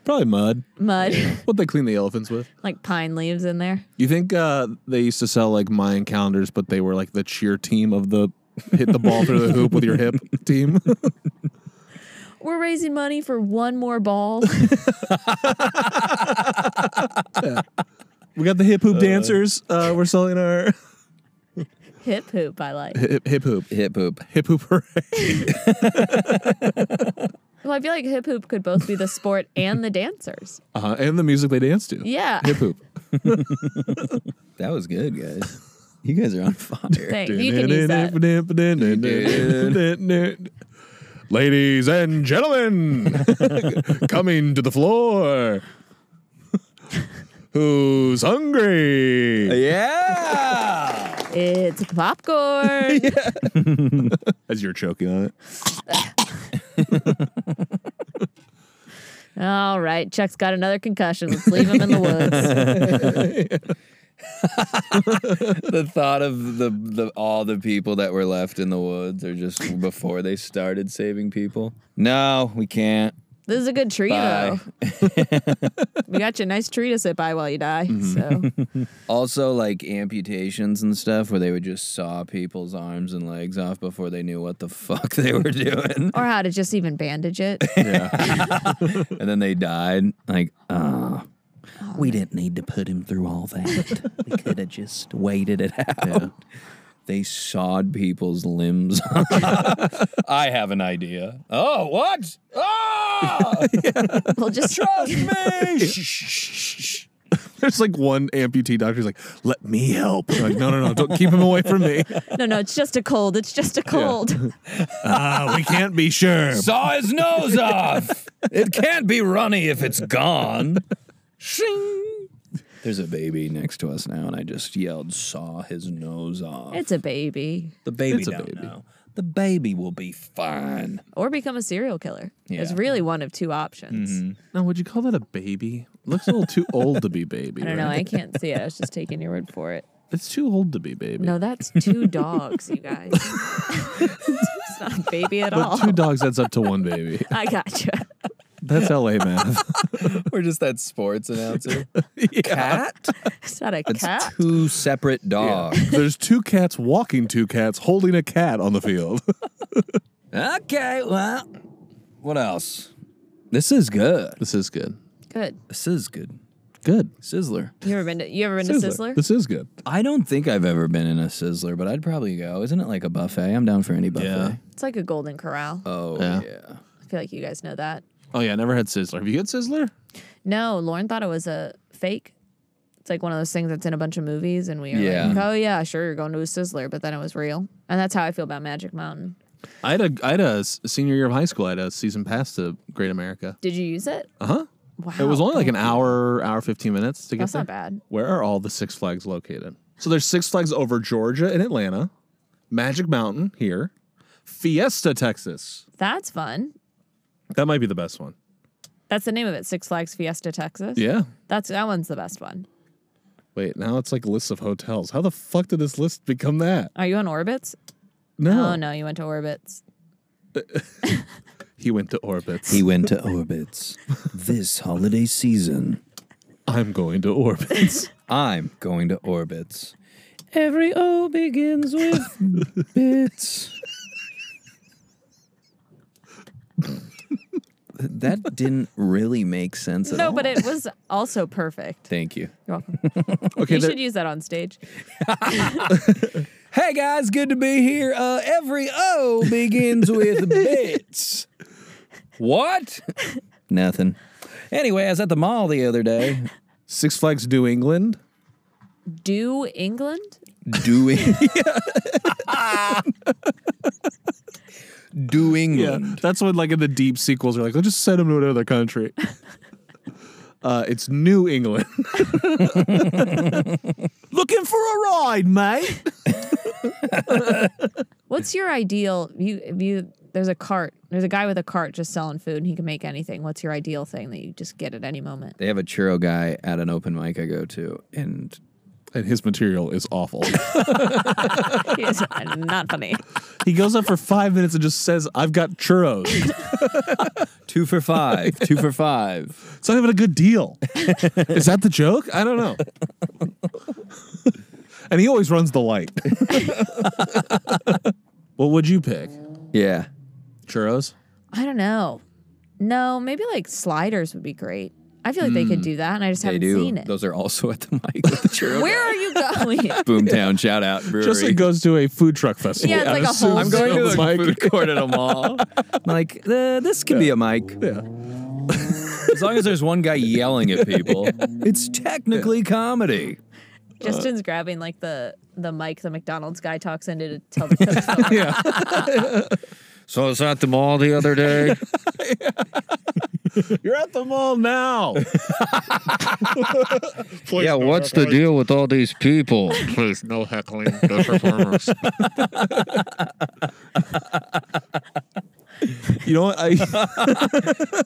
Probably mud. Mud, What they clean the elephants with? like pine leaves in there. You think uh, they used to sell like Mayan calendars, but they were like the cheer team of the hit the ball through the hoop with your hip team? We're raising money for one more ball. we got the hip hoop dancers. Uh, we're selling our Hip hoop, I like. hip, hip hoop. hip poop. Hip hoop hooray. Well, I feel like hip hoop could both be the sport and the dancers. Uh, and the music they dance to. Yeah. Hip hoop. That was good, guys. You guys are on fire. Thanks. You can use that. Ladies and gentlemen, coming to the floor. Who's hungry? Yeah. It's popcorn. As you're choking on it. All right. Chuck's got another concussion. Let's leave him in the woods. the thought of the, the all the people that were left in the woods or just before they started saving people. No, we can't. This is a good tree, Bye. though. We got you a nice tree to sit by while you die. Mm-hmm. So Also, like amputations and stuff where they would just saw people's arms and legs off before they knew what the fuck they were doing. or how to just even bandage it. and then they died. Like, ah. we didn't need to put him through all that. we could have just waited it out. They sawed people's limbs. off. I have an idea. Oh, what? Oh, We'll just There's like one amputee doctor who's like, let me help. You're like, no, no, no, don't keep him away from me. no, no. It's just a cold. It's just a cold. Ah, we can't be sure. saw his nose off. It can't be runny if it's gone. Shing. There's a baby next to us now, and I just yelled, "Saw his nose off." It's a baby, the baby it's a don't baby. know. The baby will be fine. or become a serial killer. It's Yeah. really one of two options. Now, would you call that a baby? Looks a little too old to be baby. I don't know. right? I can't see it. I was just taking your word for it. It's too old to be baby. No, that's two dogs, you guys. it's not a baby at all. But two dogs adds up to one baby. I gotcha. That's LA math. We're just that sports announcer. Cat? It's not a cat. Two separate dogs. Uh, There's two cats walking two cats holding a cat on the field. Okay, well, what else? This is good. This is good. Good. This is good. Good. Sizzler. You ever been to? You ever been to Sizzler? This is good. I don't think I've ever been in a Sizzler, but I'd probably go. Isn't it like a buffet? I'm down for any buffet. Yeah. It's like a golden corral. Oh, yeah. Yeah. I feel like you guys know that. Oh yeah, I never had Sizzler. Have you had Sizzler? No, Lauren thought it was a fake. It's like one of those things that's in a bunch of movies, and we were Yeah. like, "Oh yeah, sure, you're going to a Sizzler," but then it was real, and that's how I feel about Magic Mountain. I had a I had a s- senior year of high school. I had a season pass to Great America. Did you use it? Uh huh. Wow, It was only like an hour, hour fifteen minutes to get That's there. not bad. Where are all the Six Flags located? So there's Six Flags over Georgia and Atlanta, Magic Mountain here, Fiesta, Texas. That's fun. That might be the best one. That's the name of it. Six Flags Fiesta Texas. Yeah. That's that one's the best one. Wait, now it's like lists of hotels. How the fuck did this list become that? Are you on Orbits? No. Oh no, you went to Orbits. He went to orbits. He went to orbits this holiday season. I'm going to orbits. I'm going to orbits. Every O begins with bits. that didn't really make sense at No, all. but it was also perfect. Thank you. You're welcome. okay, you there- should use that on stage. Hey guys, good to be here. Uh, every O begins with bits. What? Nothing. Anyway, I was at the mall the other day Six Flags New England. Do England? doing. doing. that's when like in the deep sequels are like, let's just send him to another country. uh, it's New England. Looking for a ride, mate. What's your ideal? You if you there's a cart. There's a guy with a cart just selling food, and he can make anything. What's your ideal thing that you just get at any moment? They have a churro guy at an open mic I go to, and And his material is awful. It's not funny. he goes up for five minutes and just says, "I've got churros." two for five, two for five. It's not even a good deal. is that the joke? I don't know. and he always runs the light. what would you pick? Yeah. Churros. I don't know. No, maybe like sliders would be great. I feel like they could do that, and I just They haven't do. seen it. Those are also at the mic with the churro. Where are you going? Boomtown, shout out brewery. Justin goes to a food truck festival. Yeah, it's like a whole I'm going to the a food court at a mall. I'm like, uh, this could be a mic. Yeah. As long as there's one guy yelling at people, it's technically comedy. Justin's grabbing like the the mic the McDonald's guy talks into to tell the cook. so, like, So I was at the mall the other day. You're at the mall now. yeah, what's the deal with all these people? Please, no heckling the performers. You know what? I,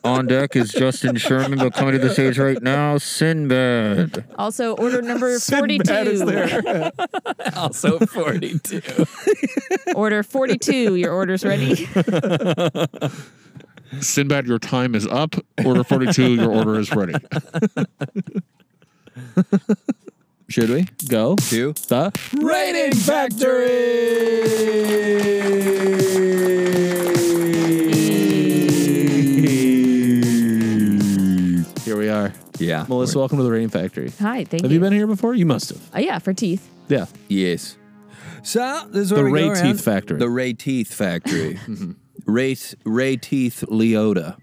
On deck is Justin Sherman. They'll come to the stage right now. Sinbad. Also, order number Sinbad is 42. there. also 42. Order 42. Your order's ready. Sinbad, your time is up. Order 42, your order is ready. Should we go Two. the rating factory? Here we are, Yeah. Melissa. Welcome to the rating factory. Hi, thank Have you been here before? You must have. Uh, yeah, for teeth. Yeah. Yes. So this is The where we Ray go around. Teeth Factory. The Ray Teeth Factory. Ray Ray Teeth Leota.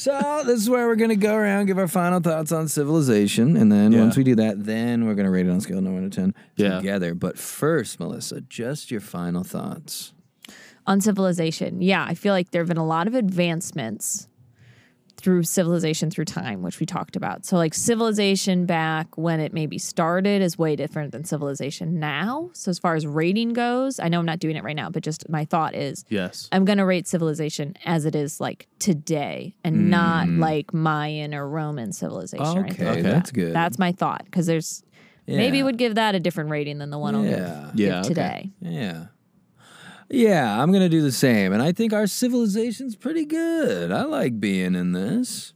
so this is where we're gonna go around, give our final thoughts on civilization, and then Yeah. once we do that, then we're gonna rate it on a scale of one to ten Yeah. together. But first, Melissa, just your final thoughts. on civilization. Yeah, I feel like there have been a lot of advancements through civilization through time, which we talked about. So, like, civilization back when it maybe started is way different than civilization now. So, as far as rating goes, I know I'm not doing it right now, but just my thought is Yes. I'm going to rate civilization as it is like today and Mm. not like Mayan or Roman civilization. or anything Okay, like that's that. good. That's my thought because there's Yeah. maybe would give that a different rating than the one I'll give- Yeah. give Yeah, okay. today. Yeah. Yeah, I'm gonna do the same, and I think our civilization's pretty good. I like being in this.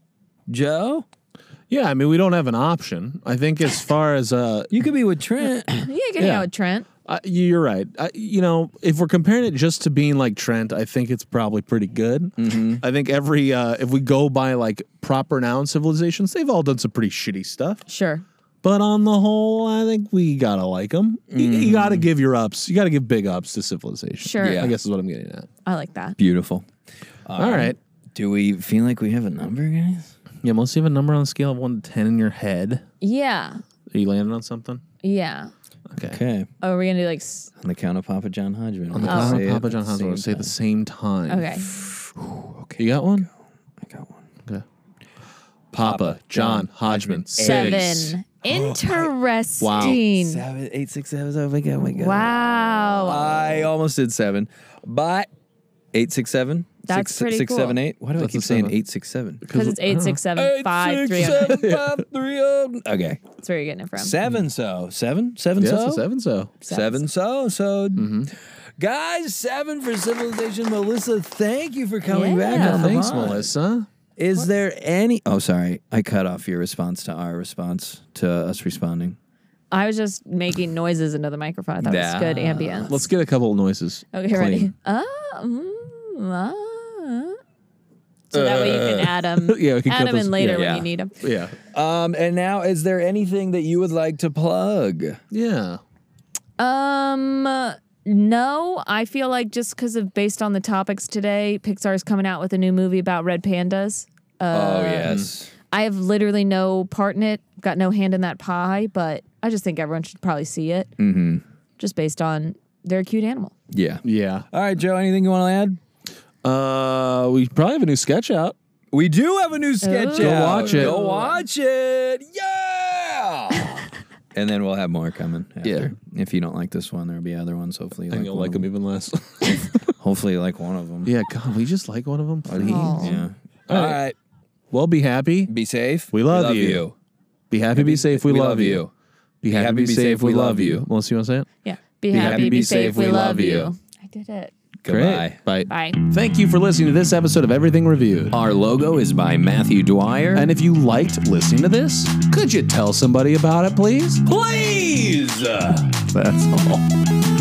Joe, Yeah. I mean, we don't have an option. I think as far as uh, you could be with Trent. Yeah, you can hang Yeah. out with Trent. I, you're right. I, you know, if we're comparing it just to being like Trent, I think it's probably pretty good. I think every uh, if we go by like proper noun civilizations, they've all done some pretty shitty stuff. Sure. But on the whole, I think we gotta like them. You, gotta give your ups. You gotta give big ups to civilization. Sure. Um, Yeah. I guess is what I'm getting at. I like that. Beautiful. all right. Do we feel like we have a number, guys? Yeah, most you have a number on a scale of one to ten in your head. Yeah. Are you landing on something? Yeah. Okay. Oh, we're gonna do like s- On the count of Papa John Hodgman. Oh. On the We'll count say of it Papa at John the Hans, we'll same say at the same time. okay. You got one? time. I got one. Okay. Papa John Hodgman. Six. Seven. Interesting. Seven, eight, six, seven. Oh my god! Oh my god! Wow. I almost did seven, but eight, six, seven. That's six, pretty six, cool. seven, eight. Why do That's I keep a saying seven. eight, six, seven? Because it's eight, six, seven, five, three. oh, nine. five, three, oh. Okay, That's where you're getting it from. seven. So seven, seven. Yeah, so it's a seven. So Mm-hmm. Seven so so guys, seven for civilization. Melissa, thank you for coming back. Yeah. On the thanks, pod. Melissa. Is there any Oh sorry, I cut off your response to our response to us responding. I was just making noises into the microphone. I thought Nah. it was good ambience. Let's get a couple of noises. okay, clean. ready? Ah, mm, ah. So that way you can add them, Yeah, we can cut add them those- in later yeah. when Yeah. you need them. Yeah, Um and now is there anything that you would like to plug? yeah. Um, no, I feel like just because of based on the topics today, Pixar is coming out with a new movie about red pandas. oh yes. I have literally no part in it, got no hand in that pie, but I just think everyone should probably see it mm-hmm. just based on they're a cute animal. hmm. Yeah. Yeah. All right, Joe, anything you want to add? Uh, we probably have a new sketch out. We do have a new sketch. Ooh. Go out. watch it. Go watch it. Yeah. and then we'll have more coming after. Yeah. If you don't like this one, there'll be other ones. Hopefully, you I think you'll one like of them even less. Hopefully, you like one of them. yeah, God, we just like one of them, please. Aw. Yeah. All All right. right. Well, be happy. Be safe. We love you. Be happy. Be safe. We, love, you. Be happy. be safe. We love you. Melissa, you want to say it? Yeah. Be, happy, be safe, we love you. I did it. Goodbye. Great. Bye. Bye. Thank you for listening to this episode of Everything Reviewed. Our logo is by Matthew Dwyer. And if you liked listening to this, could you tell somebody about it, please? please. That's all.